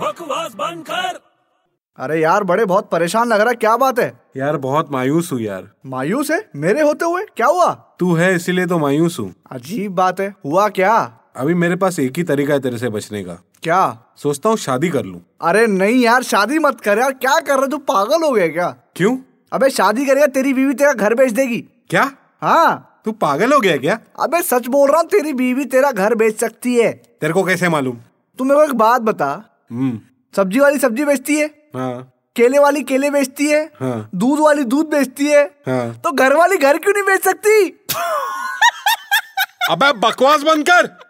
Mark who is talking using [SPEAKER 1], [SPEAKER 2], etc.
[SPEAKER 1] बकवास बंद कर
[SPEAKER 2] अरे यार बड़े बहुत परेशान लग रहा है क्या बात है
[SPEAKER 3] यार बहुत मायूस हूँ यार
[SPEAKER 2] मायूस है मेरे होते हुए क्या हुआ
[SPEAKER 3] तू है इसीलिए तो मायूस हूँ
[SPEAKER 2] अजीब बात है हुआ क्या
[SPEAKER 3] अभी मेरे पास एक ही तरीका है तेरे से बचने का
[SPEAKER 2] क्या
[SPEAKER 3] सोचता हूँ शादी कर लूँ
[SPEAKER 2] अरे नहीं यार शादी मत कर यार क्या कर रहे हो? तू पागल हो गया क्या
[SPEAKER 3] क्यों
[SPEAKER 2] अबे शादी करेगा तेरी बीवी तेरा घर बेच देगी
[SPEAKER 3] क्या
[SPEAKER 2] हाँ
[SPEAKER 3] तू पागल हो गया क्या
[SPEAKER 2] अबे सच बोल रहा हूँ तेरी बीवी तेरा घर बेच सकती है
[SPEAKER 3] तेरे को कैसे मालूम
[SPEAKER 2] तू मेरे को एक बात बता
[SPEAKER 3] हम्म
[SPEAKER 2] सब्जी वाली सब्जी बेचती है
[SPEAKER 3] हाँ
[SPEAKER 2] केले वाली केले बेचती है
[SPEAKER 3] हाँ।
[SPEAKER 2] दूध वाली दूध बेचती है
[SPEAKER 3] हाँ।
[SPEAKER 2] तो घर वाली घर क्यों नहीं बेच सकती
[SPEAKER 3] अबे बकवास बंद कर